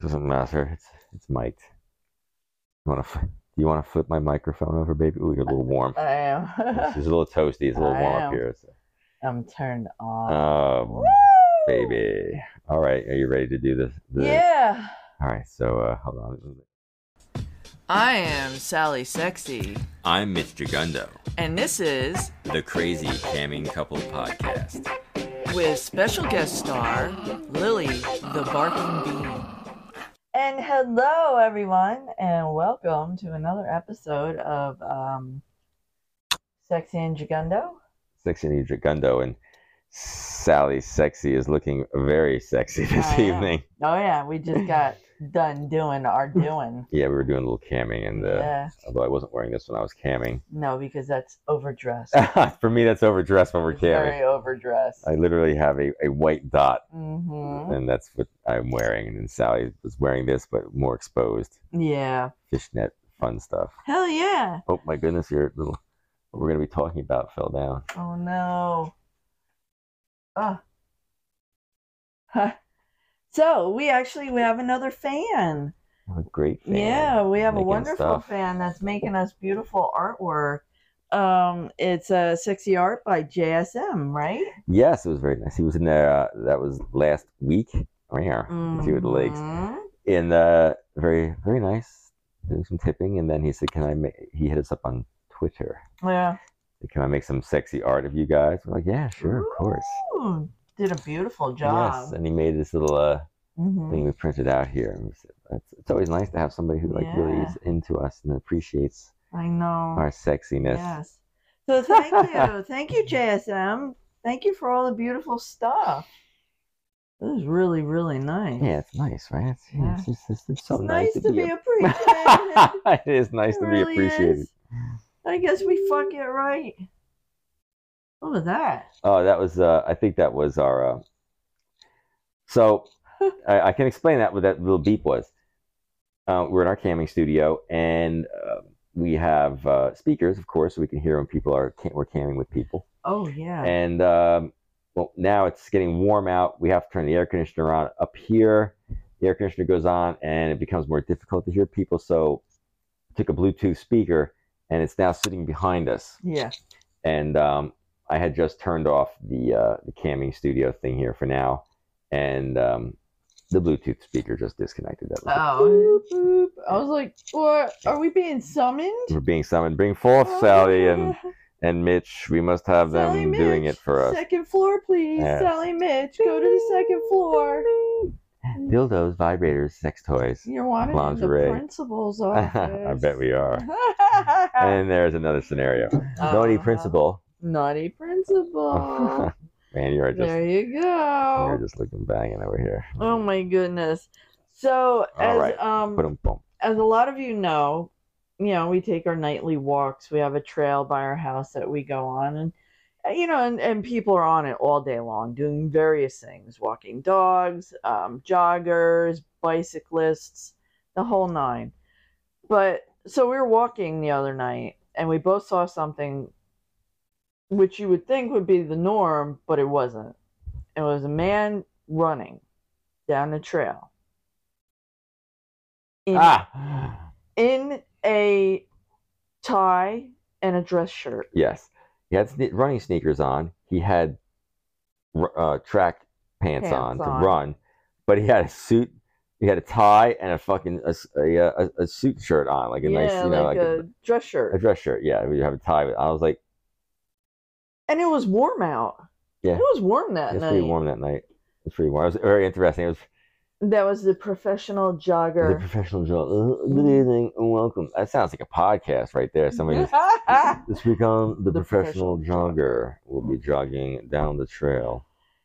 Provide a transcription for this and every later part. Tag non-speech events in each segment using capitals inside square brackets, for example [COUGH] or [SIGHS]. Doesn't matter. It's it's mic'd. You wanna f- do you wanna flip my microphone over, baby? Ooh, you're a little warm. I It's am. [LAUGHS] it's a little toasty. It's a little I warm up am. here. So- I'm turned on. Um, Woo! baby. All right. Are you ready to do this? the- Yeah. All right. So uh, hold on. I am Sally Sexy, I'm Mr. Gundo, and this is the Crazy Camming Couple Podcast. with special guest star Lily the Barking Bean. And hello, everyone, and welcome to another episode of um, Sexy and Jugundo. Sexy Nidra Gundo and Sally Sexy is looking very sexy this I am. evening. Oh, yeah, [LAUGHS] we just got done doing our doing. Yeah, we were doing a little camming, and uh, Yeah. although I wasn't wearing this when I was camming, [LAUGHS] No, because that's overdressed. for me that's overdressed when we're It's camming. Very overdressed. I literally have a, a white dot, Mm-hmm. and that's what I'm wearing. And then Sally was wearing this, but more exposed Yeah. fishnet fun stuff. Hell yeah. Oh my goodness, your little what we're gonna be talking about fell down. Oh no. Ah. Huh. [LAUGHS] So we actually we have another fan. I'm a great fan. Yeah, we have a making wonderful stuff. fan that's making us beautiful artwork. Um, it's uh, sexy art by JSM, right? Yes, it was very nice. He was in there. Uh, that was last week. Rare. mm the legs. Mhm. and uh, very very nice doing some tipping and then he said can i make he hit us up on twitter Yeah. Said, can i make some sexy art of you guys we're like yeah sure of course Ooh, did a beautiful job. yes and he made this little uh, Mhm. thing we printed out here and we said, it's, it's always nice to have somebody who like really Yeah. is into us and appreciates I know. our sexiness Yes. So thank you. thank you, JSM. Thank you for all the beautiful stuff. This is really, really nice. yeah it's nice right it's, yeah, Yeah. it's just it's, it's so it's nice, to be a- [LAUGHS] appreciated. it is nice It to really be appreciated is. I guess we fuck it right. Look at that. Oh, that was. Uh, I think that was our. Uh... [LAUGHS] So, I, I can explain that what that little beep was. Uh, we're in our camming studio, and uh, we have uh, speakers, of course, so we can hear when people are ca- we're camming with people. Oh yeah. And um, well, now it's getting warm out. We have to turn the air conditioner on up here. The air conditioner goes on, and it becomes more difficult to hear people. So, I took a Bluetooth speaker, and it's now sitting behind us yeah. and um, I had just turned off the uh, the camming studio thing here for now, and um, the Bluetooth speaker just disconnected. That was Oh. boop, boop. I was like, what? Are we being summoned? it. We're being summoned. Bring forth Oh, Sally and and Mitch. We must have them Oh, Sally doing Mitch, it for us. Second floor, please. Yes. Sally Mitch, go to the second floor. Dildos, vibrators, sex toys. You're wanted Lingerie. in the principal's office. [LAUGHS] I bet we [LAUGHS] are. And there's another scenario. Naughty Uh-huh. principal. Naughty principal. [LAUGHS] Man, you are just oh. there you you're go. just looking banging over here. Oh my goodness. So as All right. um Boom, boom. as a lot of you know, you know, we take our nightly walks. We have a trail by our house that we go on and uh, you know, and, and people are on it all day long doing various things, walking dogs, um, joggers, bicyclists, the whole nine. But so we were walking the other night and we both saw something which you would think would be the norm, but it wasn't. It was a man running down a trail. In Ah. in a tie and a dress shirt. Yes, he had sne- running sneakers on. He had r- uh, track pants, on, Pants on. to run, but he had a suit. He had a tie and a fucking a, s- a, uh, a- a suit shirt on, like a yeah, nice, you know, like, like, a, a, dress a shirt. dress shirt. Yeah, we have a tie. But I was like, and it was warm out. Yeah. It was warm that it's night. pretty warm that night. It's pretty warm. It was very interesting. It was That was the professional the jogger. professional job. Uh, Mm-hmm. Good evening and welcome. That sounds like a podcast right there. Somebody. [LAUGHS] just- This week on the, Ah. The professional, Professional jogger, we'll be jogging down the trail.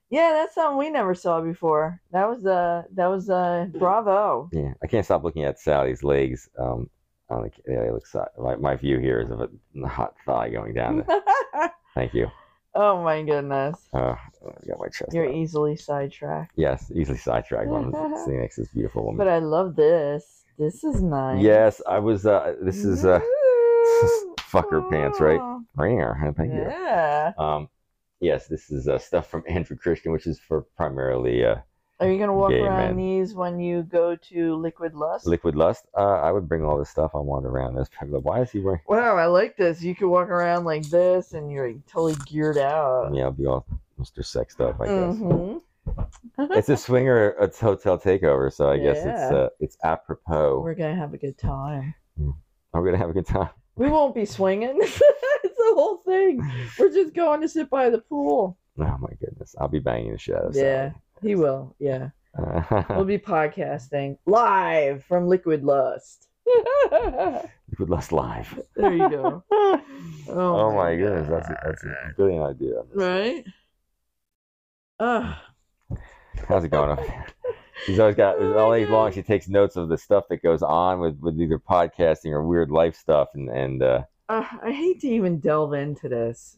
yeah, that's something we never saw before. That was uh that was uh bravo. Yeah, I can't stop looking at Sally's legs. Um, on the, yeah, it looks my my view here is of a hot thigh going down. [LAUGHS] there. Thank you. oh my goodness. Uh, I got my chest. You're e out. easily sidetracked. yes, easily sidetracked. when [LAUGHS] I'm sitting next to this beautiful But woman. I love this. This is nice. Yes, I was. Uh, this is uh, [LAUGHS] Ooh. fucker pants, right? Oh, Rare. Thank you. Yeah. [LAUGHS] Um, yes, this is uh, stuff from Andrew Christian, which is for primarily uh, Are you gonna walk Yeah, around man. these when you go to Liquid Lust? Liquid Lust. Uh, I would bring all this stuff I wanted around. This why is he wearing? wow, I like this. You can walk around like this, and you're like, totally geared out. Yeah, it'll be all Mr. Sex stuff. I guess [LAUGHS] Mhm. it's a swinger, it's hotel takeover, so I guess it's Yeah. uh, it's apropos. We're gonna have a good time. I'm gonna have a good time. [LAUGHS] We won't be swinging. [LAUGHS] it's the whole [SIGHS] thing. We're just going to sit by the pool. Oh my goodness, I'll be banging the shit out of Yeah, he will. Yeah, Sally. [LAUGHS] we'll be podcasting live from Liquid [LAUGHS] Lust. there Liquid Lust live. you [LAUGHS] go. Oh, Oh, my goodness, that's a, that's a brilliant idea. right. Ah. How's it going? up there? She's always got. It's Oh my all day God. long. She takes notes of the stuff that goes on with, with either podcasting or weird life stuff, and and uh, Uh, I hate to even delve into this.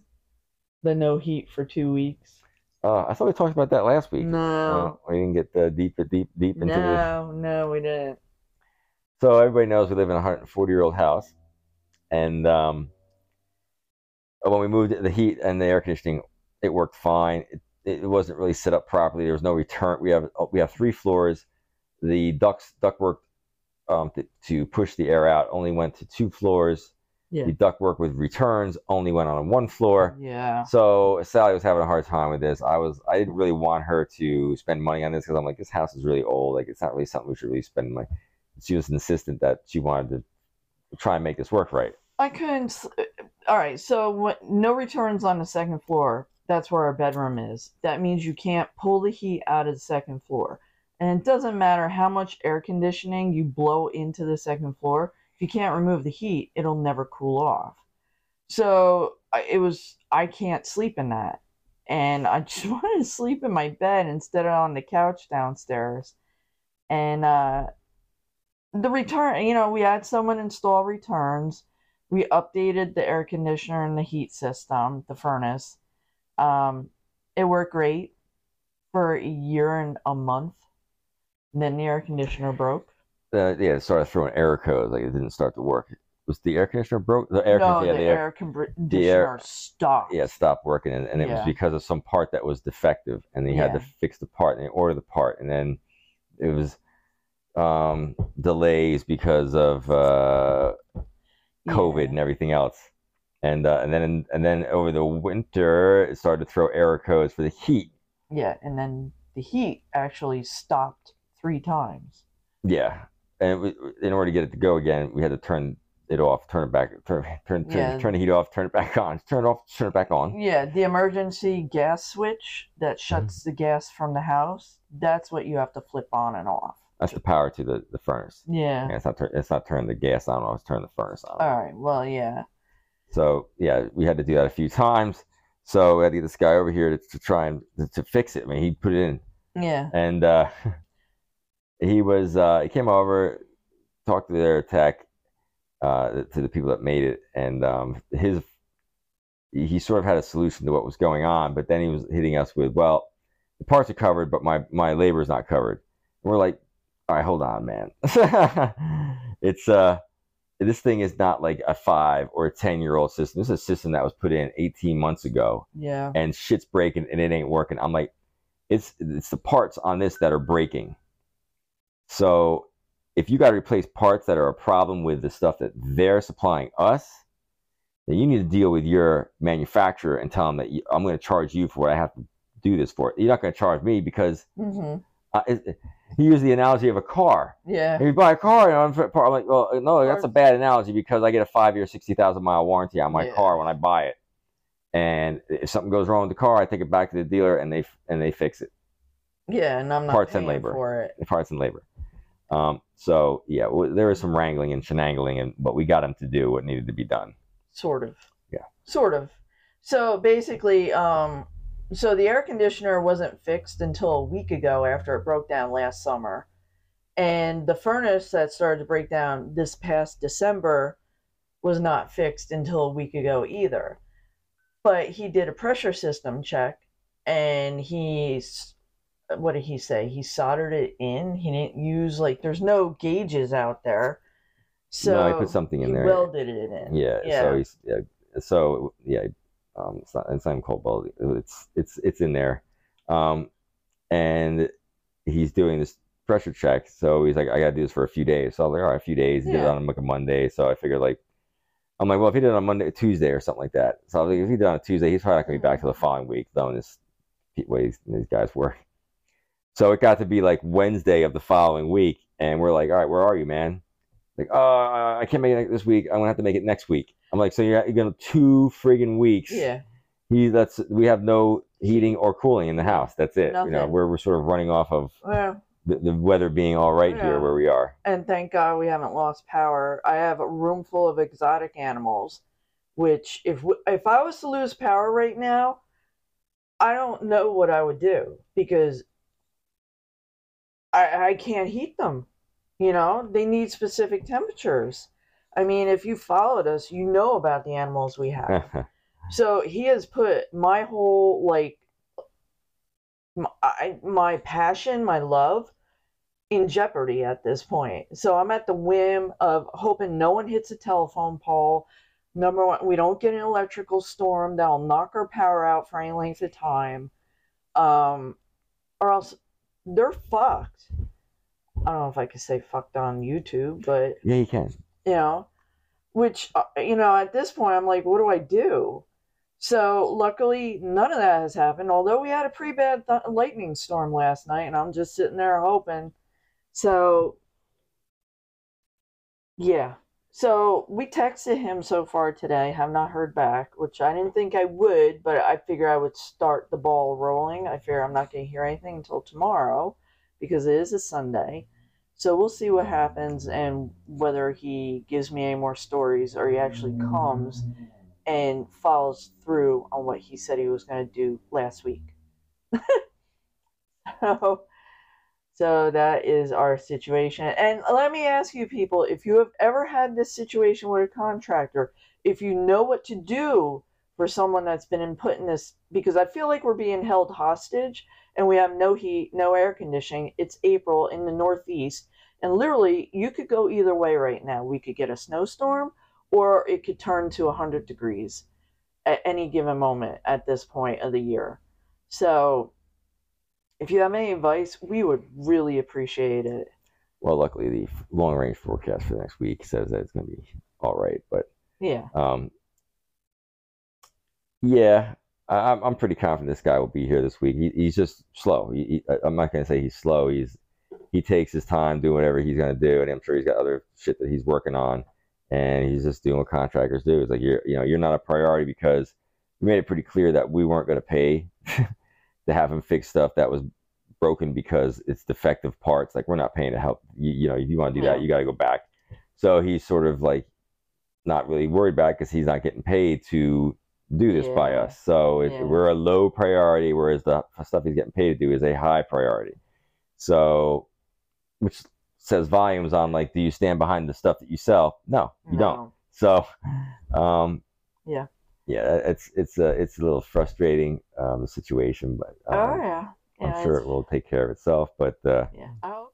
The no heat for two weeks. uh, I thought we talked about that last week. Uh, No, we didn't get uh, deep, deep, deep into this. no, no, we didn't. So everybody knows we live in a 140 year old house, and um, when we moved the heat and the air conditioning, it worked fine. It, it wasn't really set up properly. There was no return. We have we have three floors. The ducts ductwork um, to, to push the air out only went to two floors. Yeah. The ductwork with returns only went on one floor. Yeah. So Sally was having a hard time with this. I was I didn't really want her to spend money on this because I'm like this house is really old. Like it's not really something we should really spend money. She was insistent that she wanted to try and make this work right. I couldn't. s- All right, so what, no returns on the second floor. That's where our bedroom is. That means you can't pull the heat out of the second floor. And it doesn't matter how much air conditioning you blow into the second floor, if you can't remove the heat, it'll never cool off. So I- it was, I can't sleep in that. And I [LAUGHS] just wanted to sleep in my bed instead of on the couch downstairs. And uh, the return, you know, we had someone install returns we updated the air conditioner and the heat system, the furnace. Um, it worked great for a year and a month. And then the air conditioner broke. Uh, yeah, it started throwing error codes. Like it didn't start to work. Was the air conditioner broke? The air no, conditioner. Yeah, the, the air, air conditioner stopped. yeah, it stopped working, and, and it was Yeah. because of some part that was defective, and they had to Yeah. fix the part and they order the part, and then it was um, delays because of. Uh, COVID and everything else. And uh, and then and then over the winter, it started to throw error codes for the heat. Yeah, and then the heat actually stopped three times. Yeah, and we, in order to get it to go again, we had to turn it off, turn it back, turn turn turn, Yeah. turn the heat off, turn it back on, turn it off, turn it back on. Yeah, the emergency gas switch that shuts Mm-hmm. the gas from the house, that's what you have to flip on and off. That's the power to the, the furnace. Yeah. And it's not turn, it's not turn the gas on, it's turn the furnace on. All right. Well, yeah. So yeah, we had to do that a few times. So we had to get this guy over here to, to try and to, to fix it. I mean, he put it in Yeah. and uh, [LAUGHS] he was uh, he came over, talked to their tech, uh, to the people that made it, and um, his he sort of had a solution to what was going on, but then he was hitting us with, well, the parts are covered, but my my labor is not covered. And we're like, all right, hold on, man. [LAUGHS] it's uh, this thing is not like a five or a ten year old system. This is a system that was put in 18 months ago Yeah. and shit's breaking and it ain't working. I'm like, it's it's the parts on this that are breaking. So if you got to replace parts that are a problem with the stuff that they're supplying us, then you need to deal with your manufacturer and tell them that you, I'm going to charge you for what I have to do this for. You're not going to charge me because hmm uh, it, it- he used the analogy of a car. Yeah. If you buy a car and I'm, fit- I'm like, well, no, that's a bad analogy because I get a five year, 60,000 mile warranty on my Yeah. car when I buy it. And if something goes wrong with the car, I take it back to the dealer and they and they fix it, Yeah, and I'm not Parts and paying labor. for it. the parts and labor. Um, so yeah, w there was some wrangling and shenangling, and but we got him to do what needed to be done. Sort of. Yeah. Sort of. So basically, um, so the air conditioner wasn't fixed until a week ago after it broke down last summer, and the furnace that started to break down this past December was not fixed until a week ago either. But he did a pressure system check, and he's what did he say? He soldered it in. He didn't use like there's no gauges out there. So no, I put something in he there. welded it in. yeah, yeah. So he's yeah, so yeah. Um, it's not it's not even cold welding. It's it's it's in there, um, and he's doing this pressure check. So he's like, I gotta do this for a few days. So I was like, all right, a few days. He did it Yeah. on like a Monday. So I figured like, I'm like, well, if he did it on Monday, Tuesday or something like that. So I was like, if he did it on a Tuesday, he's probably not gonna be back till the following week, knowing this way these, these guys work. So it got to be like Wednesday of the following week, and we're like, all right, where are you, man? Like, oh, I can't make it this week. I'm gonna have to make it next week. I'm like, so you're, you're gonna two friggin' weeks Yeah. he that's we have no heating or cooling in the house. That's it. You know, Nothing. we're we're sort of running off of Well, the, the weather being all right Yeah. here where we are. [LAUGHS] and thank God we haven't lost power. I have a room full of exotic animals, which if w- if I was to lose power right now, I don't know what I would do because I I can't heat them. You know, they need specific temperatures. I mean, if you followed us, you know about the animals we have. So he has put my whole like my, I- my passion, my love in jeopardy at this point. So I'm at the whim of hoping no one hits a telephone pole. Number one, we don't get an electrical storm that'll knock our power out for any length of time. Um, or else they're fucked. I don't know if I could say fucked on YouTube, but yeah, you can. you know which uh, you know at this point i'm like what do i do so luckily none of that has happened although we had a pretty bad th- lightning storm last night and i'm just sitting there hoping so yeah so we texted him so far today have not heard back which i didn't think i would but i figure i would start the ball rolling i figure i'm not going to hear anything until tomorrow because it is a sunday so we'll see what happens and whether he gives me any more stories or he actually comes and follows through on what he said he was going to do last week. [LAUGHS] so, so that is our situation. And let me ask you people if you have ever had this situation with a contractor, if you know what to do for someone that's been in put in this, because I feel like we're being held hostage and we have no heat, no air conditioning. It's April in the Northeast. And literally, you could go either way right now. We could get a snowstorm, or it could turn to 100 degrees at any given moment at this point of the year. So, if you have any advice, we would really appreciate it. Well, luckily the long range forecast for next week says that it's going to be all right. But Yeah. um, yeah, I, I'm I'm pretty confident this guy will be here this week. He, he's just slow. He, he, I- I'm not going to say he's slow. He's he takes his time doing whatever he's going to do, and I'm sure he's got other shit that he's working on. And he's just doing what contractors do. It's like you're, you know, you're not a priority because we made it pretty clear that we weren't going to pay [LAUGHS] to have him fix stuff that was broken because it's defective parts. Like we're not paying to help. You, you know, if you want to do that, Yeah. you got to go back. So he's sort of like not really worried about because he's not getting paid to do this by Yeah. us. So if Yeah. we're a low priority, whereas the stuff he's getting paid to do is a high priority. So, which says volumes on like, do you stand behind the stuff that you sell? No, you don't. No. So, um, Yeah. yeah, it's it's a it's a little frustrating um, the situation, but um, Oh, yeah. I'm Yeah, sure it's- it will take care of itself. But uh, Yeah. I'll-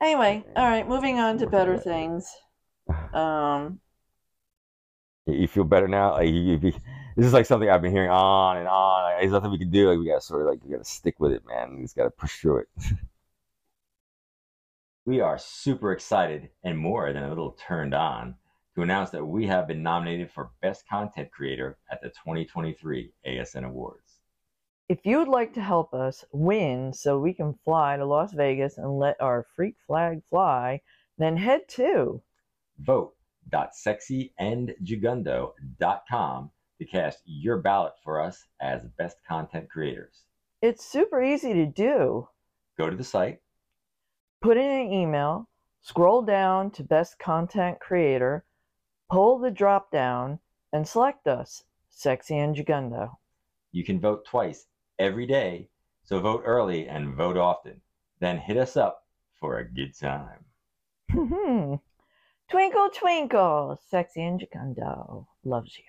Anyway, all right, moving on to better things. [SIGHS] Um, you- you feel better now. Like you, [LAUGHS] you be, this is like something I've been hearing on and on. Like, there's nothing we can do. Like we got to sort of like we got to stick with it, man. We just got to push through it. [LAUGHS] we are super excited and more than a little turned on to announce that we have been nominated for Best Content Creator at the 2023 ASN Awards. If you would like to help us win so we can fly to Las Vegas and let our freak flag fly, then head to vote.sexyandjugundo.com to cast your ballot for us as best content creators. It's super easy to do. Go to the site, Put in an email, scroll down to Best Content Creator, pull the drop down, and select us, Sexy and Jugundo. [LAUGHS] you can vote twice every day, so vote early and vote often. Then hit us up for a good time. twinkle, twinkle, Sexy and Jugundo loves you.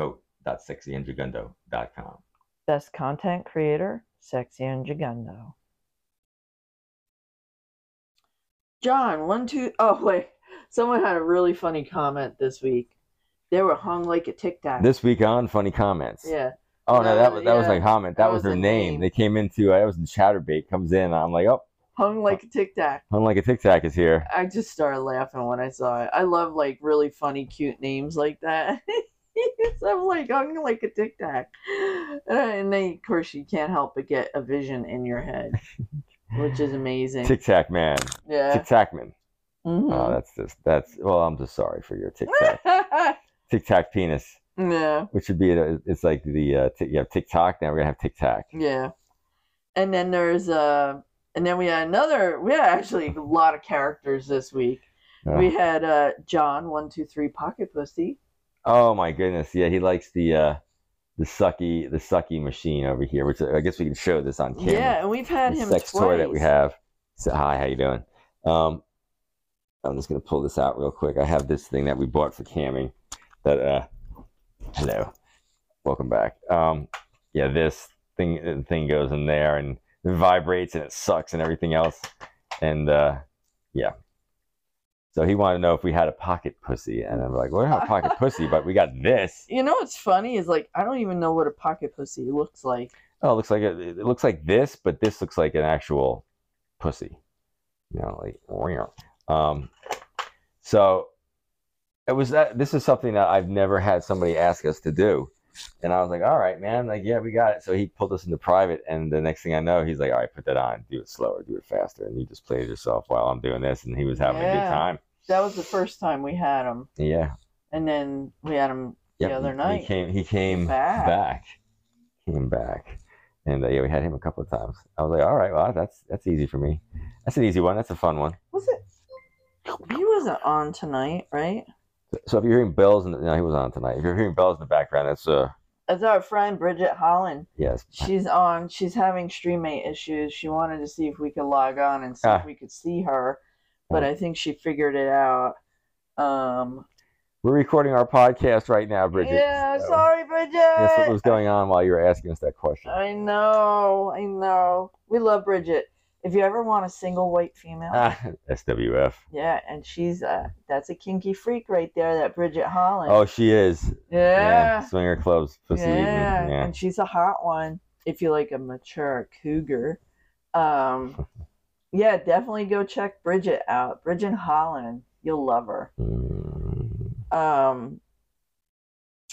Vote.sexyandjugundo.com. Best Content Creator, Sexy and Gigundo. John, one, two, oh, [LAUGHS] wait. Someone had a really funny comment this week. They were hung like a tic tac. This week on Funny Comments. Yeah. Oh no, No, that was that was yeah, a comment. That, was her name. They came into I was in Chatterbait comes in. And I'm like, oh, Hung like a tic tac. I'm like a Tic Tac is here. I just started laughing when I saw it. I love like really funny, cute names like that. [LAUGHS] So I'm like hung like a tic tac, Uh, and then of course you can't help but get a vision in your head, which is amazing. Tic Tac man, yeah. Tic Tac man. Oh, Mhm. that's just that's. Well, I'm just sorry for your Tic [LAUGHS] Tac, uh, Tic Tac penis, yeah. which would be a, it's like the uh, tic you have Tic Tac now we're gonna have Tic Tac. Yeah. And then there's uh and then we had another we had actually a lot of characters this week. Yeah. We had uh John one two three pocket pussy. Oh my goodness, yeah, he likes the uh, the sucky the sucky machine over here, which I guess we can show this on camera. Yeah, and we've had the him sex toy that we twice. have. So, hi, how you doing? Um, I'm just gonna pull this out real quick. I have this thing that we bought for camming. That uh, hello, welcome back. Um, yeah, this thing thing goes in there and it vibrates and it sucks and everything else. And uh, yeah, so he wanted to know if we had a pocket pussy, and I'm like, we're not a pocket pussy, but we got this. You know what's funny is like I don't even know what a pocket pussy looks like. Oh, it looks like a, it looks like this, but this looks like an actual pussy. You know, like wow. um, so it was that. This is something that I've never had somebody ask us to do, and I was like, all right, man, like yeah, we got it. So he pulled us into private, and the next thing I know, he's like, all right, put that on, do it slower, do it faster, and you just played yourself while I'm doing this, and he was having a good Yeah. time. That was the first time we had him, Yeah. and then we had him the Yep, other he- night. He came. He came back. back. Came back, and uh, yeah, we had him a couple of times. I was like, all right, well, that's that's easy for me. That's an easy one. That's a fun one. Was it? He wasn't on tonight, right? So if you're hearing bells, in the, no, he was on tonight. If you're hearing bells in the background, that's uh, That's our friend Bridget Holland. yes. She's on. She's having streammate issues. She wanted to see if we could log on and see Ah. if we could see her, but Oh. I think she figured it out. Um, We're recording our podcast right now, Bridget. yeah, so sorry, Bridget. That's what was going on while you were asking us that question. I know. I know. We love Bridget. If you ever want a single white female, [LAUGHS] Ah, SWF. yeah, and she's uh that's a kinky freak right there. That Bridget Holland. Oh, she is. yeah, Swinger clubs. yeah, Pussy eating. Yeah. and she's a hot one. If you like a mature cougar, [LAUGHS] um, yeah, definitely go check Bridget out. Bridget Holland, you'll love her. Mm. Um,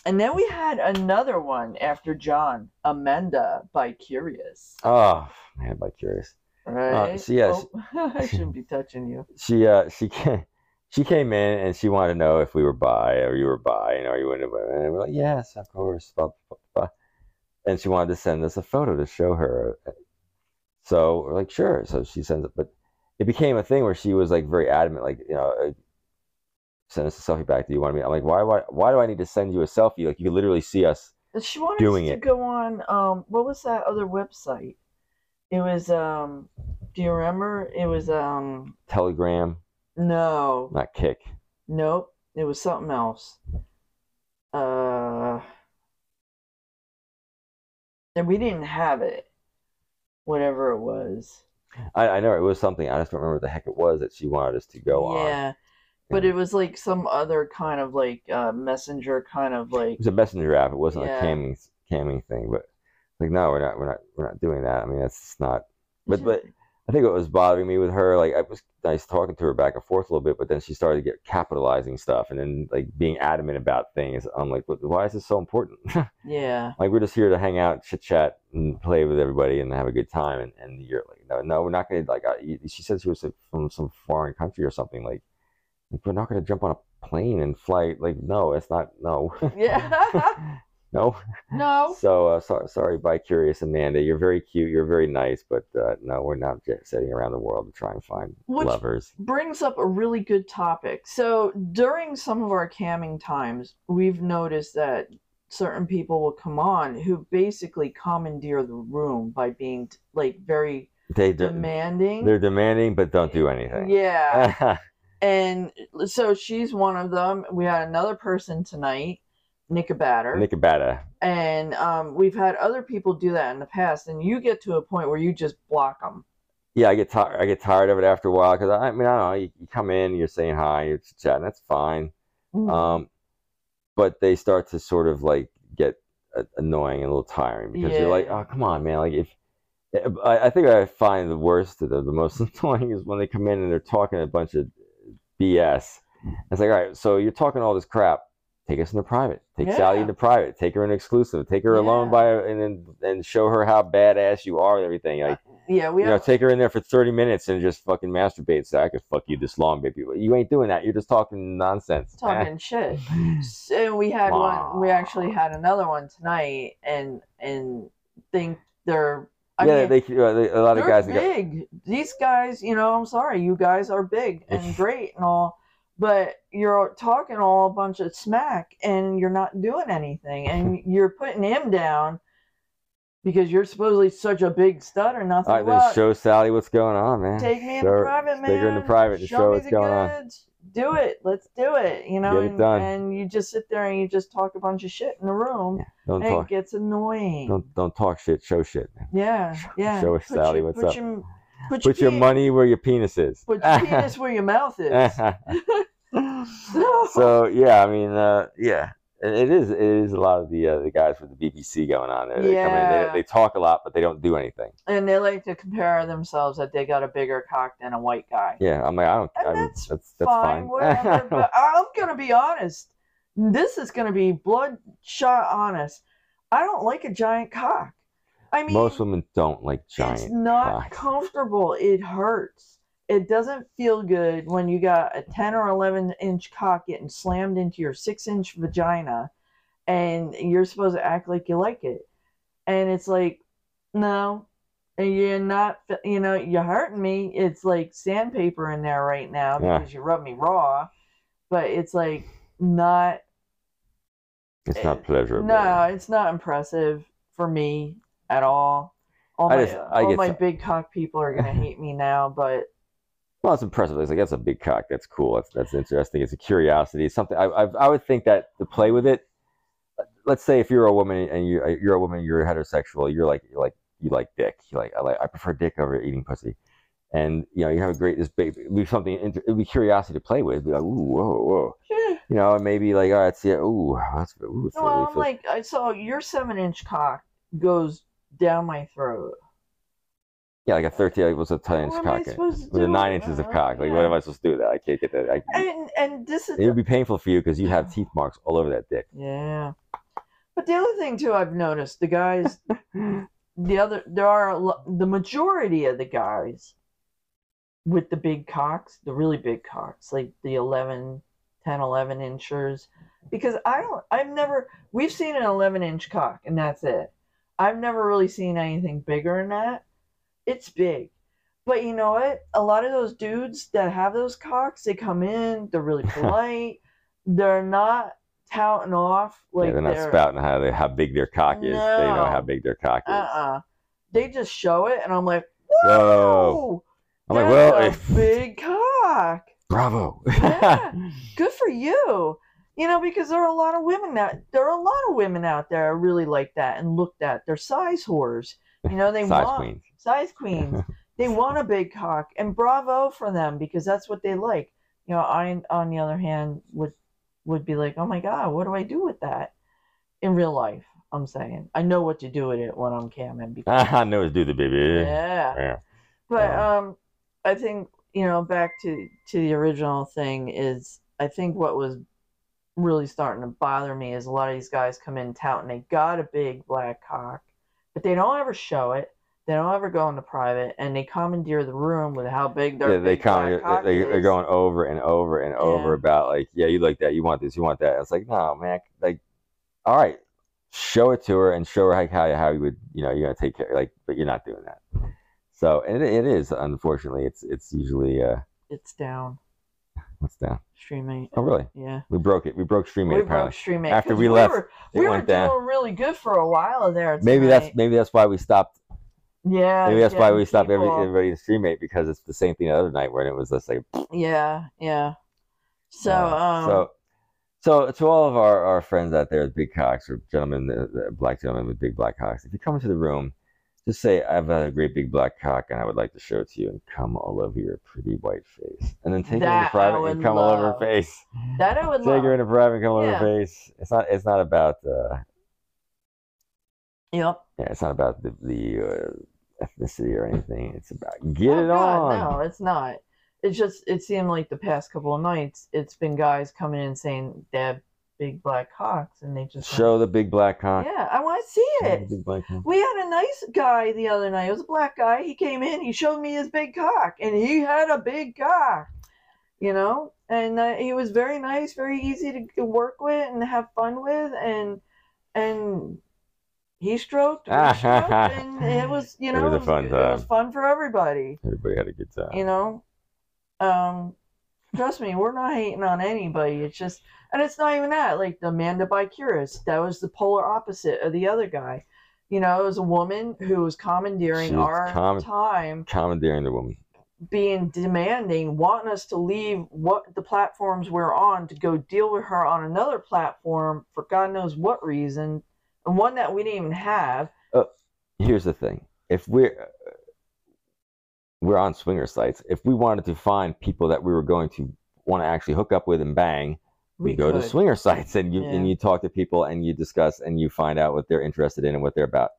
and then we had another one after John, Amanda by Curious. Oh man, I'm curious. Right. Uh, so yes. Oh, [LAUGHS] I shouldn't be touching you. she uh she came she came in and she wanted to know if we were bi or you were bi and are you into women and we're like yes of course blah, blah, blah, blah. and she wanted to send us a photo to show her so we're like sure so she sends it but it became a thing where she was like very adamant like you know uh, send us a selfie back do you want to be I'm like why why why do I need to send you a selfie like you can literally see us She wanted Doing us to it. go on. Um, what was that other website? It was. Um, do you remember? It was. Um, telegram no, not kick nope. It was something else. Uh, and we didn't have it. Whatever it was. I, I know it was something I just don't remember what the heck it was that she wanted us to go on Yeah, but Yeah. it was like some other kind of like uh, messenger kind of like. It was a messenger app. It wasn't Yeah. a camming camming thing, but like no, we're not we're not we're not doing that. I mean, that's not. But but I think what was bothering me with her, like I was nice talking to her back and forth a little bit, but then she started to get capitalizing stuff and then like being adamant about things. I'm like, "What- why is this so important? [LAUGHS] like [LAUGHS] yeah, [LAUGHS] we're just here to hang out, chit chat, and play with everybody and have a good time. And, and you're like, no, no, we're not gonna like. I, you- she said she was like, from some foreign country or something. Like, like we're not gonna jump on a plane and fly. Like no, it's not no. [LAUGHS] yeah. No, no. so uh, so sorry, by curious Amanda. You're very cute. You're very nice, but uh, no, we're not j- sitting around the world to try and find Which- lovers. brings up a really good topic. So during some of our camming times, we've noticed that certain people will come on who basically commandeer the room by being like very They de- demanding. they're demanding, but don't do anything. [LAUGHS] Yeah. And so she's one of them. We had another person tonight, Nika Batter. Nicobata. and um, we've had other people do that in the past. And you get to a point where you just block them. Yeah, I get tired. I get tired of it after a while because I, I mean, I don't know. You, you come in, you're saying hi, you're Hmm. Um, chatting. That's fine. Um, but they start to sort of like get a- annoying and a little tiring because you're like, Yeah. oh, come on, man. Like if eh, I, I think I find the worst of them, the most [LAUGHS] annoying is when they come in and they're talking a bunch of BS. It's like, all right, so you're talking all this crap. Take us into private. Take Sally Yeah. into private. Take her in exclusive. Take her alone Yeah. by her- and then and show her how badass you are and everything. Like, yeah, we you know, have take her in there for 30 minutes and just fucking masturbate. So I could fuck you this long, baby. But You ain't doing that. You're just talking nonsense. talking shit. [CLEARS THROAT] S- And we had one. We actually had another one tonight, and and think they're. I yeah, mean, they, uh, they, a lot of they're guys. Go, big. These guys, you know, I'm sorry, you guys are big [LAUGHS] and great and all, but you're talking all a bunch of smack and you're not doing [LAUGHS] anything, and you're putting him down because you're supposedly such a big stud or nothing. all right, Well, then show Sally what's going on, man. take me in Show her- private, man. take her into private and show me what's the going on. goods. Do it. Let's do it. You know, Get it and, done. and you just sit there and you just talk a bunch of shit in the room. Yeah, don't and it talk. gets annoying. Don't don't talk shit. Show shit. man. yeah, yeah. show us, Sally, your- what's put up. Your, Put, your pe- money where your penis is. Put [LAUGHS] your penis where your mouth is. [LAUGHS] so, so yeah, I mean, uh, yeah, it, it is. It is a lot of the uh, the guys with the BBC going on there. They come in, Yeah. they, they talk a lot, but they don't do anything. and they like to compare themselves that they got a bigger cock than a white guy. Yeah, I'm like, I don't. And I mean, that's that's that's fine, fine. [LAUGHS] whatever. but I'm gonna be honest. This is gonna be bloodshot honest. I don't like a giant cock. I mean, Most women don't like giant. it's not cocks. comfortable. It hurts. It doesn't feel good when you got a 10 or 11 inch cock getting slammed into your six inch vagina and you're supposed to act like you like it. And it's like, no, you're not, fe- you know, you're hurting me. It's like sandpaper in there right now Yeah. because you rub me raw, but it's like not, It's not pleasurable. no, it's not impressive for me at all. All I my, just- I all get my some- big cock people are gonna hate me now, [LAUGHS] but Well, it's impressive. It's like that's a big cock. That's cool. That's that's interesting. It's a curiosity. It's something I, I I would think that to play with it. Let's say if you're a woman and you you're a woman, you're heterosexual. You're like you're like you like dick. You like I like I prefer dick over eating pussy. And you know you have a great this big it'd be something inter- it'd be curiosity to play with. It'd be like ooh whoa whoa yeah. you know and maybe like all right see it ooh that's ooh it's No, really I'm like, I saw your seven inch cock goes down my throat. yeah like a thirteen like what's a ten inch what am I cock supposed to with do? a nine inches of Uh, cock like what yeah. am I supposed to do with that I can't get that [LAUGHS] I, And and this is it would be painful for you because you have teeth marks all over that dick. yeah. But the other thing too, I've noticed the guys, the other there are a lo- the majority of the guys with the big cocks, the really big cocks, like the 11, 10, 11 inchers, because I don't, I've never, we've seen an 11 inch cock and that's it. I've never really seen anything bigger than that. It's big. But you know what? A lot of those dudes that have those cocks, they come in, [LAUGHS] they're really polite, they're not touting off like yeah, they're not spouting how they, how big their cock is. They know how No. big their cock is. Uh uh They just show it, and I'm like, Whoa! oh, I'm like, that's well, [LAUGHS] a if, big cock. bravo. Yeah. [LAUGHS] Good for you. You know, because there are a lot of women that there are a lot of women out there are really like that and looked at. They're size whores. You know, they [LAUGHS] Size want queens. size [LAUGHS] queens. they want a big cock, and bravo for them because that's what they like. You know, I on the other hand would would be like, oh my god, what do I do with that in real life? I'm saying I know what to do with it when I'm camming because I know it's do the baby. yeah. Yeah. But Uh, um, I think you know back to to the original thing is I think what was really starting to bother me is a lot of these guys come in touting they got a big black cock, but they don't ever show it. They don't ever go into private, and they commandeer the room with how big their Yeah, they big black come. cock They, they're is. going over and over and over Yeah. about like, yeah, you like that, you want this, you want that. It's like, no, man. Like, all right, show it to her and show her how how, how you would, you know, you're gonna take care. Like, but you're not doing that. So, and it, it is unfortunately, it's it's usually uh, It's down what's down? streaming. Oh, really? Yeah, We broke it. We broke streaming we apparently. broke streaming After 'cause we left, Were, it we were went down. doing really good for a while there. Maybe that's tonight. maybe that's why we stopped. yeah. Maybe that's why getting we stopped every, people. everybody in Streammate because it's the same thing the other night when it was just like. Yeah, yeah. So, uh, um, so, so to all of our, our friends out there with big cocks or gentlemen, the, the black gentlemen with big black cocks, if you come into the room, just say I've got a great big black cock and I would like to show it to you and come all over your pretty white face and then take her That into I private and would come all over her love. face. that I would Take her love. into private and come all over her Yeah. face. It's not it's not about uh, Yep. Yeah, it's not about the, the uh, ethnicity or anything. It's about get Oh, it God, on. No, it's not. It's just it seemed like the past couple of nights, it's been guys coming in saying they have big black cocks, and they just Show the big black went, cock. yeah, I want to see Show the it. big black cock. We had a nice guy the other night. It was a black guy. He came in. He showed me his big cock, and he had a big cock, you know. And uh, he was very nice, very easy to, to work with and have fun with, and and he stroked, we stroked, and it was [LAUGHS] you It know was a fun it was time. fun for everybody Everybody had a good time. you know um trust me we're not hating on anybody it's just and it's not even that like the amanda Bycuris, that was the polar opposite of the other guy you know it was a woman who was commandeering She's our comm- time Commandeering the woman. being demanding wanting us to leave what the platforms we're on to go deal with her on another platform for god knows what reason and one that we didn't even have Here's the thing: if we're we're on swinger sites, if we wanted to find people that we were going to want to actually hook up with and bang, we, go to could. swinger sites and you Yeah. and you talk to people and you discuss and you find out what they're interested in and what they're about.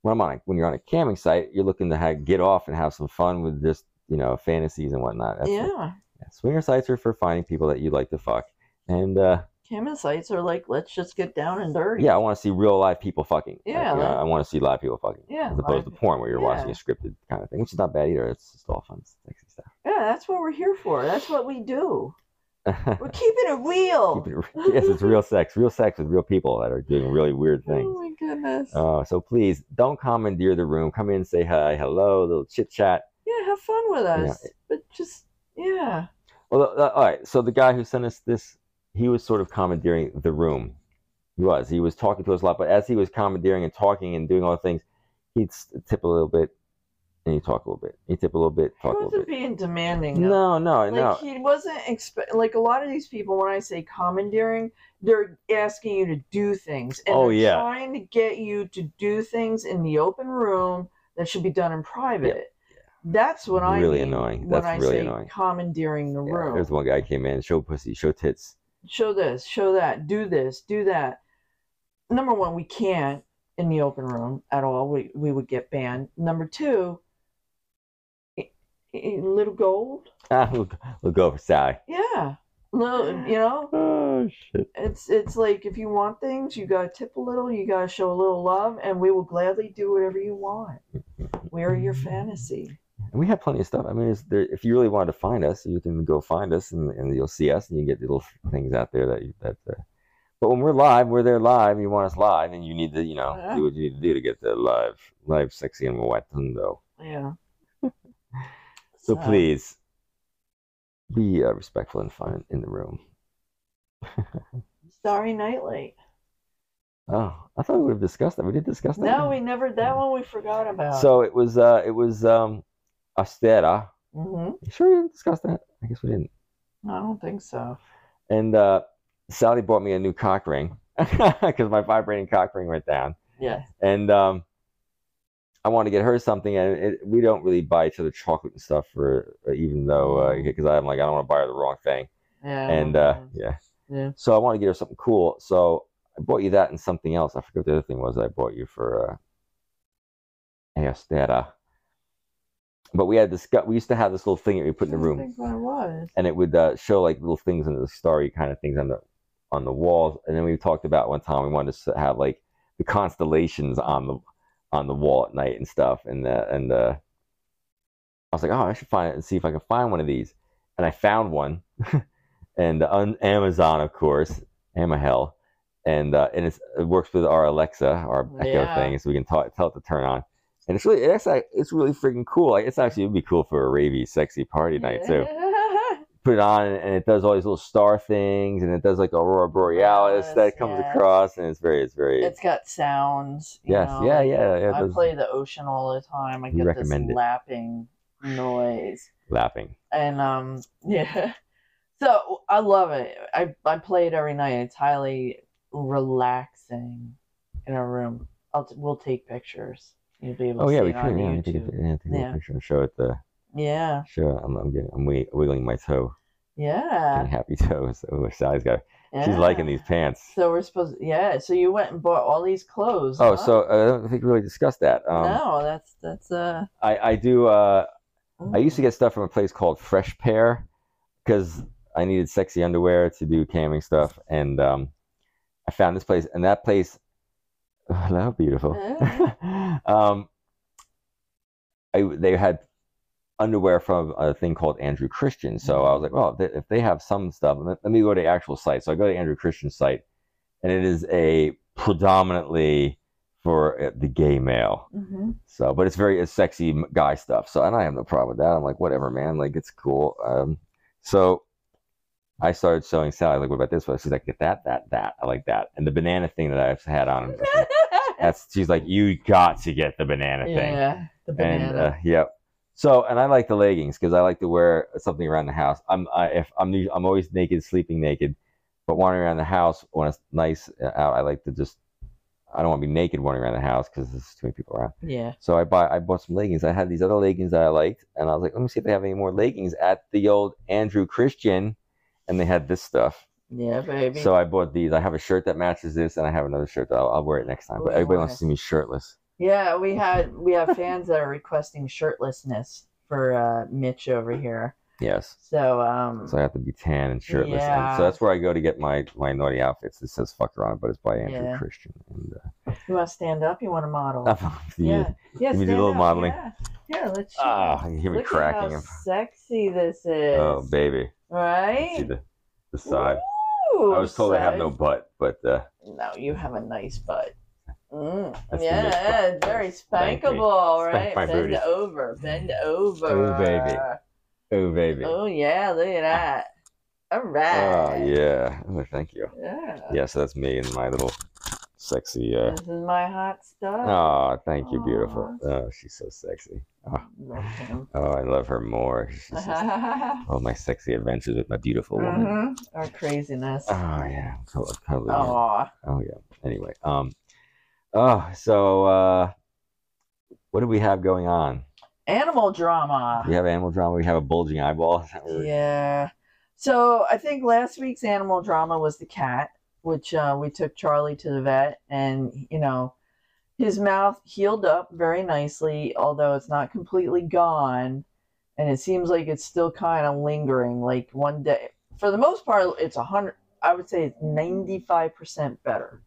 When I'm on, a- when you're on a camming site, you're looking to ha get off and have some fun with just you know fantasies and whatnot. That's- yeah yeah, Swinger sites are for finding people that you like to fuck, and uh, cam sites are like let's just get down and dirty yeah, I want to see real live people fucking. Like, Yeah, you know, like- I want to see live people fucking. yeah as opposed to like- porn where you're watching yeah. a scripted kind of thing, which is not bad either. It's just all fun, sexy Yeah, that's what we're here for. That's what we do. stuff. [LAUGHS] We're keeping it real. Keep it re- yes, it's real sex, real sex with real people that are doing really weird things. [LAUGHS] Oh my goodness. Uh, so please don't commandeer the room. Come in, say hi, hello, little chit chat. yeah, have fun with Yeah. us. But just yeah. Well, uh, all right. So the guy who sent us this, he was sort of commandeering the room. He was. He was talking to us a lot, but as he was commandeering and talking and doing all the things, he'd s- tip a little bit, and he'd talk a little bit. He'd tip a little bit, He talk a little wasn't bit. being demanding. though. No, no, Like no. he wasn't expe- like a lot of these people when I say commandeering, they're asking you to do things. And Oh, they're yeah. trying to get you to do things in the open room that should be done in private. That's what I Really mean annoying. when That's I really say annoying. commandeering the Yeah, room. there's one guy came in, show pussy, show tits. [LAUGHS] show this, show that, do this, do that. Number one, we can't in the open room at all. We we would get banned. Number two, i- i- little gold. Ah, we'll, we'll go for Sally. Yeah, little. You know, Oh shit. it's it's like if you want things, you gotta tip a little, you gotta show a little love, and we will gladly do whatever you want. We're your fantasy. And we have plenty of stuff. I mean, it's there, if you really wanted to find us, you can go find us, and, and you'll see us, and you get little things out there that you, that. Uh, but when we're live, we're there live. You want us live, and you need to, you know, Yeah. do what you need to do to get the live, live, sexy, and wet though. [LAUGHS] Yeah. So please, be uh, respectful and fun in the room. Starry Nightlight. Oh, I thought we would have discussed that. We did discuss that. No, we never. That one we forgot about. So it was, uh, it was, um, Astera. hmm You sure we didn't discuss that? I guess we didn't. I don't think so. And uh, Sally bought me a new cock ring [LAUGHS] because my vibrating cock ring went down. Yeah. And um, I wanted to get her something. And it, we don't really buy each other chocolate and stuff for uh, even though because I'm like I don't want to buy her the wrong thing. Yeah. And uh, yeah. Yeah. So I wanted to get her something cool. So I bought you that and something else. I forget what the other thing was. I bought you for uh, Astera. But we had this. We used to have this little thing that we put in the room. I think what it was. and it would uh, show like little things and the starry kind of things on the on the walls. And then we talked about one time we wanted to s- have like the constellations on the on the wall at night and stuff. And uh, and uh, I was like, oh, I should find it and see if I can find one of these. And I found one, [LAUGHS] and on Amazon, of course, Amahel. And, uh, and it's, it works with our Alexa, our Echo Yeah. thing, so we can ta- tell it to turn on. And it's really, it's, like, it's really freaking cool. Like, it's actually, it would be cool for a ravey, sexy party night, too put it on and, and it does all these little star things and it does like aurora borealis Borealis, that comes yeah. across and it's very it's very [LAUGHS] It's got sounds. you yes know, yeah like, yeah yeah it I does play the ocean all the time. I You get this recommend it. lapping noise, lapping and um, [LAUGHS] yeah. So I love it. I I play it every night. It's highly relaxing in a room. I'll t- we'll take pictures. You'll be able oh to yeah see we it on could yeah, we take a, YouTube. yeah, take a Yeah. picture and show it the Yeah. show I'm, I'm getting I'm wi- wiggling my toe Yeah. and Happy [LAUGHS] Toes. Oh, Sally's got. She's yeah. liking these pants. So we're supposed. yeah. So you went and bought all these clothes. Oh, huh? so uh, I don't think we really discussed that. Um, no, that's that's uh. I, I do. Uh, I used to get stuff from a place called Fresh Pair because I needed sexy underwear to do camming stuff, and um, I found this place. And that place, [SIGHS] hello, oh, beautiful. [LAUGHS] um, I, they had underwear from a thing called Andrew Christian. So I was like, well, th- if they have some stuff, let, let me go to the actual site. So I go to Andrew Christian's site, and it is a predominantly for uh, the gay male. hmm So, but it's very it's sexy m- guy stuff. So, and I have no problem with that. I'm like, whatever, man. Like, it's cool. Um, so I started showing Sally, like, what about this one? She's like, get that, that, that. I like that. And the banana thing that I've had [LAUGHS] on him. That's she's like, you got to get the banana thing. yeah. The banana. And uh, yeah. So, and I like the leggings because I like to wear something around the house. I'm I, if I'm nu- I'm always naked, sleeping naked, but wandering around the house when it's nice uh, out, I like to just I don't want to be naked wandering around the house because there's too many people around. yeah. So I buy I bought some leggings. I had these other leggings that I liked, and I was like, let me see if they have any more leggings at the old Andrew Christian, and they had this stuff. Yeah, baby. So I bought these. I have a shirt that matches this, and I have another shirt that I'll, I'll wear it next time. Oh, But everybody wants nice. to see me shirtless. yeah, we had we have fans that are requesting shirtlessness for uh, Mitch over here. Yes. So um. So I have to be tan and shirtless. And Yeah. so that's where I go to get my my naughty outfits. It says "fucker" on it, but it's by Andrew Yeah. Christian. And [LAUGHS] You want to stand up? You want to model? uh, yeah. Yeah. Can you do a stand little up, modeling? Yeah. Yeah. Let's. show ah, them. you hear me Look cracking. At how sexy this is. Oh baby, see Right. the the side. Ooh, I was told I have no side. butt, but uh, No, you have a nice butt. Mm. That's the nice Yeah, butt. very Spank me. spankable, Spank right? my bend booty. over, bend over. Oh, baby. oh baby. Oh yeah, look at that. All right. Oh yeah. Oh, thank you. Yeah. Yeah, so that's me and my little sexy. Uh... This is my hot [LAUGHS] stuff. Oh, thank you, beautiful. Oh, she's so sexy. Mhm. Oh, I love her more. She's just... Uh-huh. All my sexy adventures with my beautiful woman. Mhm. Our craziness. Oh yeah. So, totally oh. Aw. oh yeah. Anyway, um, oh so uh, what do we have going on? Animal drama. We have animal drama. We have a bulging eyeball. [LAUGHS] Is that what we're- Yeah. So I think last week's animal drama was the cat, which uh, we took Charlie to the vet, and you know, his mouth healed up very nicely, although it's not completely gone, and it seems like it's still kind of lingering. Like one day, for the most part, it's a hundred. I would say it's ninety-five percent better.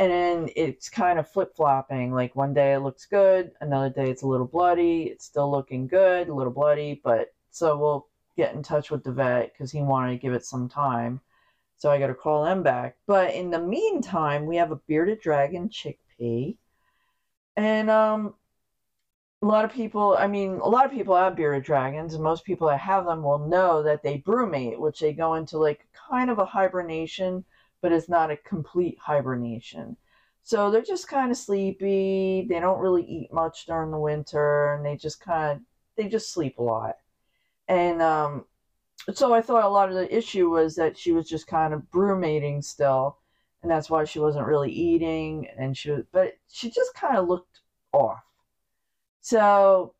And then it's kind of flip flopping. Like one day it looks good, another day it's a little bloody. It's still looking good, a little bloody, but so we'll get in touch with the vet because he wanted to give it some time. So I got to call them back. But in the meantime, we have a bearded dragon chickpea, and um, a lot of people. I mean, a lot of people have bearded dragons, and most people that have them will know that they brumate, which they go into like kind of a hibernation, but it's not a complete hibernation. So they're just kind of sleepy. They don't really eat much during the winter, and they just kind of they just sleep a lot and um, so I thought a lot of the issue was that she was just kind of brumating still, and that's why she wasn't really eating, and she was, but she just kind of looked off. So,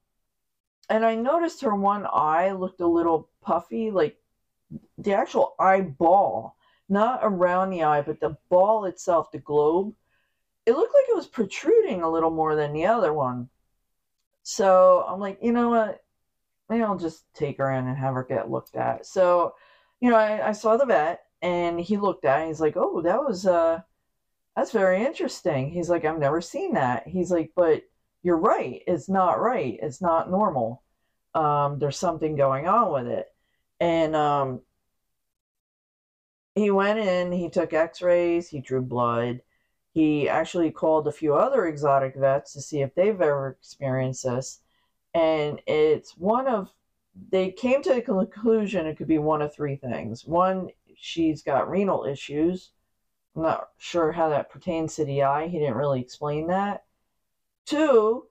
and I noticed her one eye looked a little puffy, like the actual eyeball, not around the eye, but the ball itself, the globe. It looked like it was protruding a little more than the other one. So I'm like, you know what? maybe I'll just take her in and have her get looked at. So, you know, I, I saw the vet and he looked at it and he's like, Oh, that was uh that's very interesting. He's like, I've never seen that. He's like, But you're right, it's not right, it's not normal. Um, there's something going on with it. And um he went in, he took x-rays, he drew blood. He actually called a few other exotic vets to see if they've ever experienced this and it's one of they came to the conclusion it could be one of three things one she's got renal issues i'm not sure how that pertains to the eye he didn't really explain that two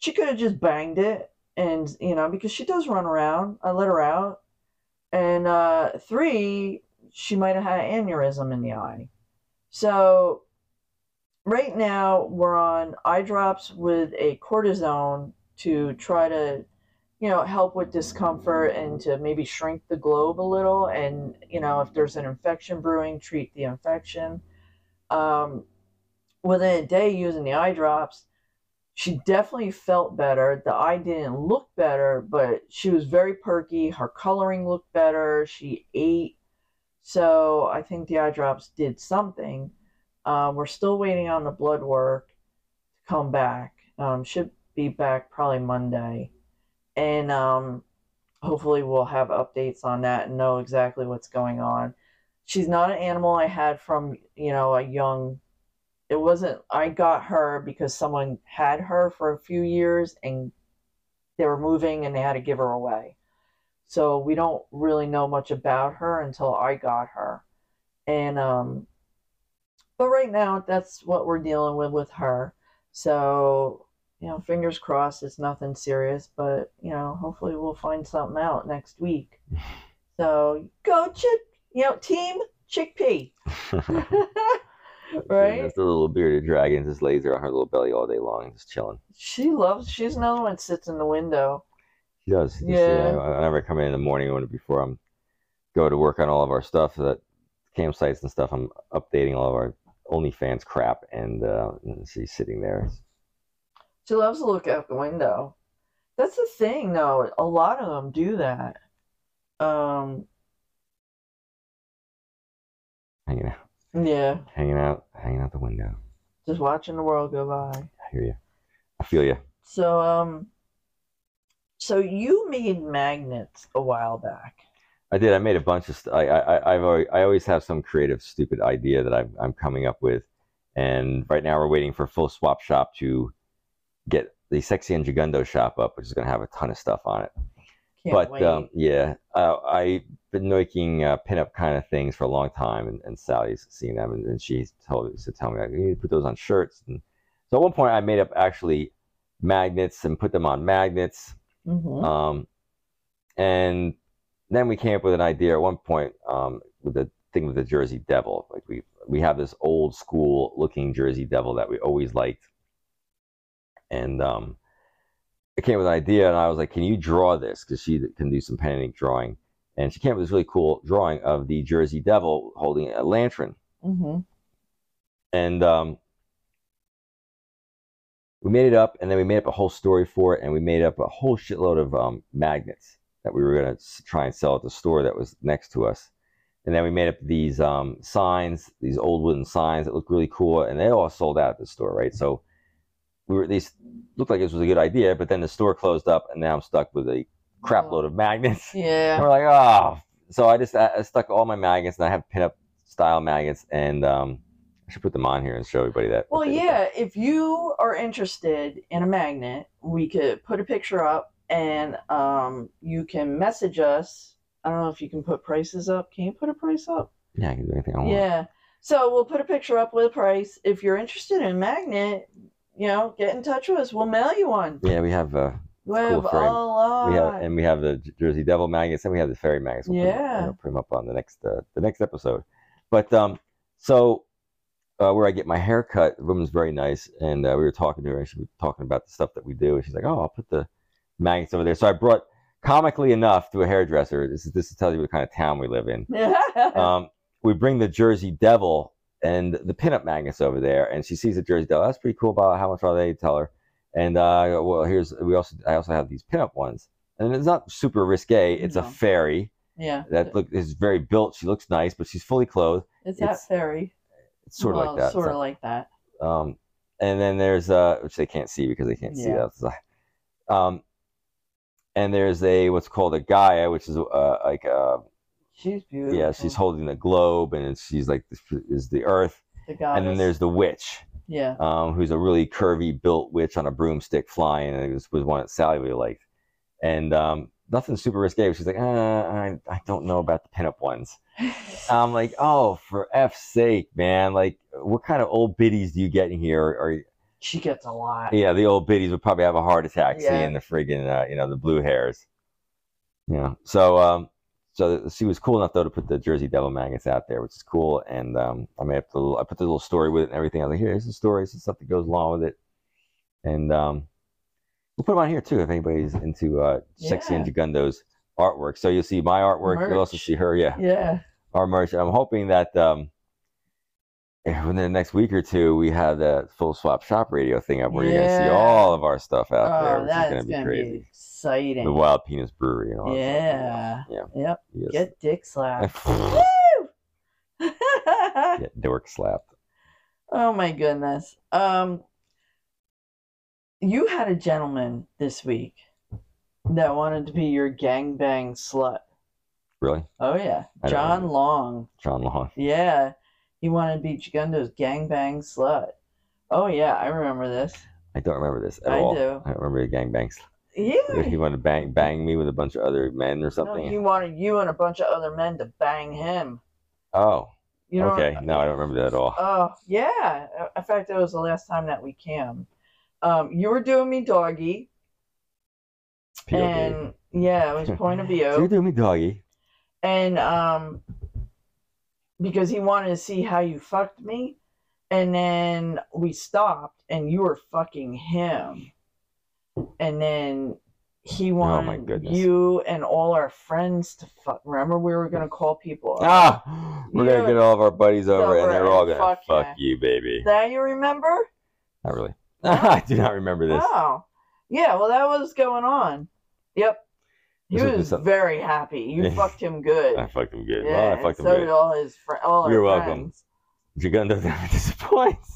she could have just banged it and you know because she does run around i let her out and uh three she might have had an aneurysm in the eye so right now we're on eye drops with a cortisone to try to you know, help with discomfort and to maybe shrink the globe a little. And, you know, if there's an infection brewing, treat the infection. Um, within a day using the eye drops, she definitely felt better. The eye didn't look better, but she was very perky. Her coloring looked better. She ate. So I think the eye drops did something. Um, we're still waiting on the blood work to come back. Um, should be back probably Monday. And um, hopefully, we'll have updates on that and know exactly what's going on. She's not an animal I had from, you know, a young. It wasn't, I got her because someone had her for a few years and they were moving and they had to give her away. So we don't really know much about her until I got her. And, um, but right now, that's what we're dealing with with her. So, you know, fingers crossed it's nothing serious, but, you know, hopefully we'll find something out next week. So, go chick, you know, team chickpea. [LAUGHS] right? Just a little bearded dragon just lays there on her little belly all day long, just chilling. She loves, she's another one that sits in the window. She does. She- Yeah. I- I never come in in the morning when before I'm go to work on all of our stuff that campsites and stuff. I'm updating all of our OnlyFans crap, and, uh, and she's sitting there. She loves to look out the window. That's the thing, though. A lot of them do that. Um, Hanging out, yeah, hanging out, hanging out the window. just watching the world go by. I hear you. I feel you. So, um, so you made magnets a while back. I did. I made a bunch of. St- I, I I- I've always, I always have some creative stupid idea that I'm I'm coming up with, and right now we're waiting for Full Swap Shop to get the Sexy and Gigundo shop up, which is going to have a ton of stuff on it. Can't but wait. Um, yeah, uh, I've been making uh, pinup kind of things for a long time, and, and Sally's seen them, and, and she's told to tell me like, you need to put those on shirts. And so at one point, I made up actually magnets and put them on magnets. Mhm. Um, and then we came up with an idea at one point um, with the thing with the Jersey Devil. Like we we have this old school looking Jersey Devil that we always liked, and um, I came up with an idea, and I was like, "Can you draw this?" Because she can do some pen and ink drawing, and she came up with this really cool drawing of the Jersey Devil holding a lantern Mhm. and um, we made it up, and then we made up a whole story for it, and we made up a whole shitload of um, magnets that we were gonna s- try and sell at the store that was next to us, and then we made up these um, signs, these old wooden signs that looked really cool, and they all sold out at the store, right? So we were these looked like this was a good idea, but then the store closed up, and now I'm stuck with a crap load of magnets. And Yeah. we're like, oh. So I just I, I stuck all my magnets, and I have pinup style magnets, and um, I should put them on here and show everybody that. Well, that they look yeah. If you are interested in a magnet, we could put a picture up, and um, you can message us. I don't know if you can put prices up. Can you put a price up? like. Yeah, I can do anything I want. Yeah. So we'll put a picture up with a price. If you're interested in magnet, you know, get in touch with us. We'll mail you one. Yeah, we have uh, We have Cool a frame. lot. we have [LAUGHS] and we have the J- Jersey Devil magnets, and we have the fairy magnets. put 'em- Yeah. I'll put them up on the next uh, the next episode. But um, so uh, where I get my hair cut, the woman's very nice, and uh, we were talking to her, and she was talking about the stuff that we do, and she's like, "Oh, I'll put the magnets over there." So I brought, comically enough, to a hairdresser. This is this tells you what kind of town we live in. um, we bring the Jersey Devil and the pinup magnets over there, and she sees the Jersey Devil. That's pretty cool. About how much are they? Tell her, and uh, I go, well, here's we also I also have these pinup ones, and it's not super risque. It's a No. fairy yeah. that look is very built. She looks nice, but she's fully clothed. it's that it's fairy. It's sort of Well, like that. Sort so- of like that. um, and then there's uh, which they can't see because they can't see Yeah. that. Um, and there's a what's called a Gaia, which is uh, like uh, She's beautiful. yeah, she's holding the globe, and it's, she's like this is the Earth. the goddess. And then there's the witch, yeah. um, who's a really curvy built witch on a broomstick flying. And this was one that Sally really liked. And um, nothing super risque. But she's like, uh, I, I don't know about the pinup ones. I'm like, oh, for F's sake, man. Like, what kind of old biddies do you get in here? Or, [LAUGHS] she gets a lot. yeah, the old biddies would probably have a heart attack Yeah. seeing the friggin', uh, you know, the blue hairs. Yeah. So, um, so she was cool enough though to put the Jersey Devil magnets out there, which is cool. And um, I made up the little, I put the little story with it and everything. I was like, here's the story, here's the stuff that goes along with it. And um, We'll put them on here too if anybody's into uh, Sexy Yeah. and Jagundo's artwork. So you'll see my artwork. You'll also Merch. see her. Yeah, Yeah. our merch. I'm hoping that um, eh, within the next week or two, we have that full swap shop radio thing up where you're going to see Yeah. all of our stuff out there, Oh, which that's is going to be crazy. exciting. The Wild Penis Brewery and all yeah. Yeah. Yep. that. Yes. Get [LAUGHS] dick slapped. Get... Woo! dork slapped. [LAUGHS] Oh my goodness. Um, you had a gentleman this week that wanted to be your gangbang slut. Really? Oh yeah, I don't John remember. Long. John Long. Yeah, he wanted to be Chigundo's gangbang slut. Oh yeah, I remember this. I don't remember this at I all. do. I don't remember the gangbangs. Yeah. He wanted to bang bang me with a bunch of other men or something. No, he wanted you and a bunch of other men to bang him. Oh, You know. okay. No, I don't remember that at all. Oh yeah. In fact, it was the last time that we came. Um, you were doing me doggy. POV. And yeah, it was [LAUGHS] point of So you view. do me doggy. and um because he wanted to see how you fucked me. And then we stopped and you were fucking him. And then he Oh my wanted goodness. you and all our friends to fuck. Remember, we were gonna call people. up. Ah, we're You gonna get all of our buddies over, Over and they're and all gonna fuck, fuck ya. you, baby. That you remember? Not really. [LAUGHS] I do not remember this. Oh, yeah. Well, that was going on. Yep. He This was was some- very [LAUGHS] happy. You fucked him good. I fucked him good. Yeah, well, I and fucked him so did good. all his fri all You're our welcome. friends. Jagundo [LAUGHS] never disappoints.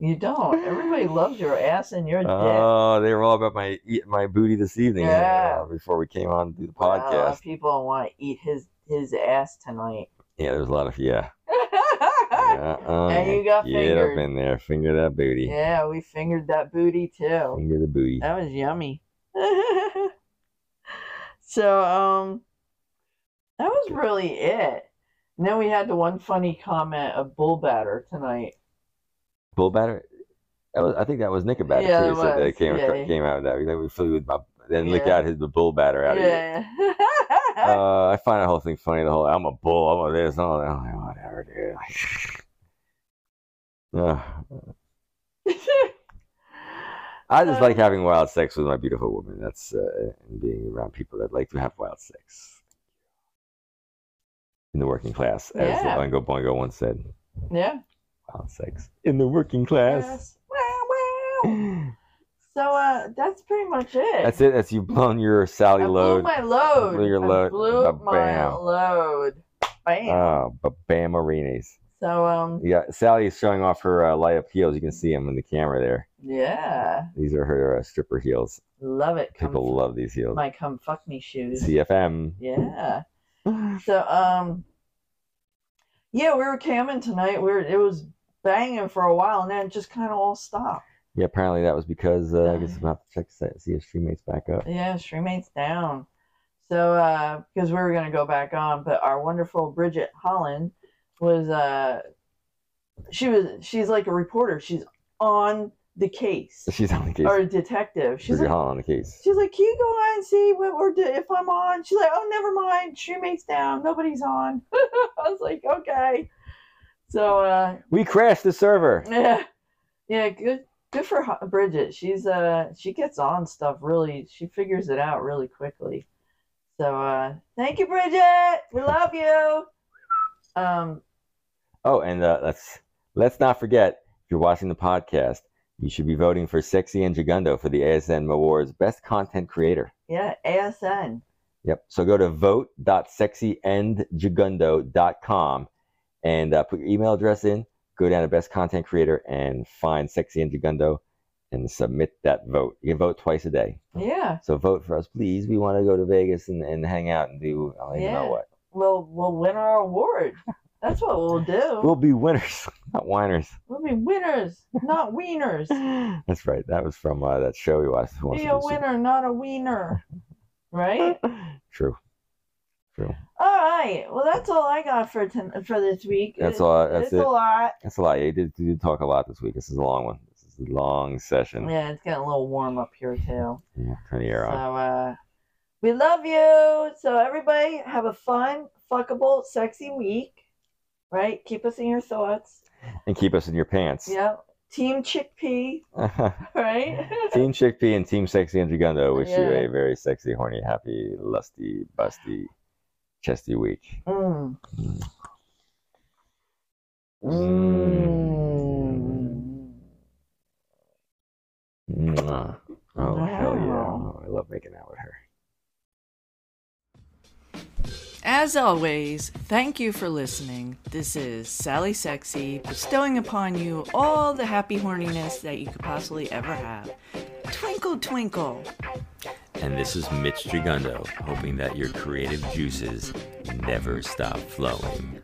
You don't. Everybody loves your ass and your dick. Oh, they were all about my eat my booty this evening. uh, Yeah. before we came on to do the But A lot podcast. of people want to eat his his ass tonight. [LAUGHS] Yeah, there's a lot of yeah. yeah uh, And you got get up fingered. in there, finger that booty, yeah, we fingered that booty too. finger the booty. That was yummy. [LAUGHS] so um, that was really it. And then we had the one funny comment of bull batter tonight. Bull batter. That was, I think that was Nick about Yeah, it it too. Said that was. came Yeah. came out of that. We, we flew with my then look Yeah. out his the bull batter out of it. Yeah. Uh, I find that whole thing funny. The whole I'm a bull. I'm a this. I'm a that. I'm like, whatever, dude. [SIGHS] Ugh. I just So- like having wild sex with my beautiful woman. That's uh, and being around people that like to have wild sex in the working class, as Yeah. Oingo Boingo once said. [LAUGHS] yeah. Wild sex in the working class. Wow, wow. So uh, that's pretty much [LAUGHS] it. That's it. That's you blown your Sally I load. blew my load. Blew your load. I blew Ba- my bam. load. Bam. Oh, but bam, marinis. so um, Yeah, Sally is showing off her uh, light up heels. You can see them in the camera there. yeah, These are her uh, stripper heels. love it. Come People f- love these heels. my come fuck me shoes. CFM. [LAUGHS] Yeah. So um, yeah, we were camming tonight. We were it was banging for a while, and then it just kind of all stopped. Yeah, apparently that was because uh, I guess I'm about to check that, see if she makes back up. Yeah, streammates down. So uh, because we were gonna go back on, but our wonderful Bridget Holland was uh, she was she's like a reporter. She's on the case. She's on the case. or a detective. She's She's like, on the case. she's like, can you go on and see what we're do- if I'm on? She's like, oh, never mind. Shoemate's down. Nobody's on. [LAUGHS] I was like, okay. So uh, We crashed the [LAUGHS] server. yeah, yeah, good, good for Ho- Bridget. She's uh, she gets on stuff really. She figures it out really quickly. So uh, thank you, Bridget. We love you. Um, Oh, and uh, let's let's not forget if you're watching the podcast, you should be voting for Sexy and Jagundo for the ASN Awards Best Content Creator. yeah, ASN. Yep. So go to vote.sexyandjagundo.com and uh, put your email address in. Go down to Best Content Creator and find Sexy and Jagundo and submit that vote. You can vote twice a day. Yeah, So vote for us, please. We want to go to Vegas and, and hang out and do I don't even know Yeah. what. we'll we'll win our award. That's what we'll do. We'll be winners, [LAUGHS] not [LAUGHS] whiners. We'll be winners, not [LAUGHS] wieners. That's right. That was from uh, that show we watched. once Be in a the Super- winner, not a wiener. [LAUGHS] Right? True. True. All right. Well, that's all I got for ton- for this week. That's all. It's That's a it. lot. That's a lot. You did, you did talk a lot this week. This is a long one. This is a long session. Yeah, it's getting a little warm up here too. Yeah, turn the air so on. uh, we love you. So everybody, have a fun, fuckable, sexy week. Right? Keep us in your thoughts. And keep us in your pants. Yep. Team Chickpea, [LAUGHS] right? Uh-huh. Team Chickpea and Team Sexy and Gigundo wish you Yeah. a very sexy, horny, happy, lusty, busty, chesty week. Mm. Mm. Mwah. Oh, hell yeah. Wow. Oh, I love making out with her. As always, thank you for listening. This is Sally Sexy, bestowing upon you all the happy horniness that you could possibly ever have. Twinkle, twinkle. And this is Mitch Gigundo, [LAUGHS] hoping that your creative juices never stop flowing.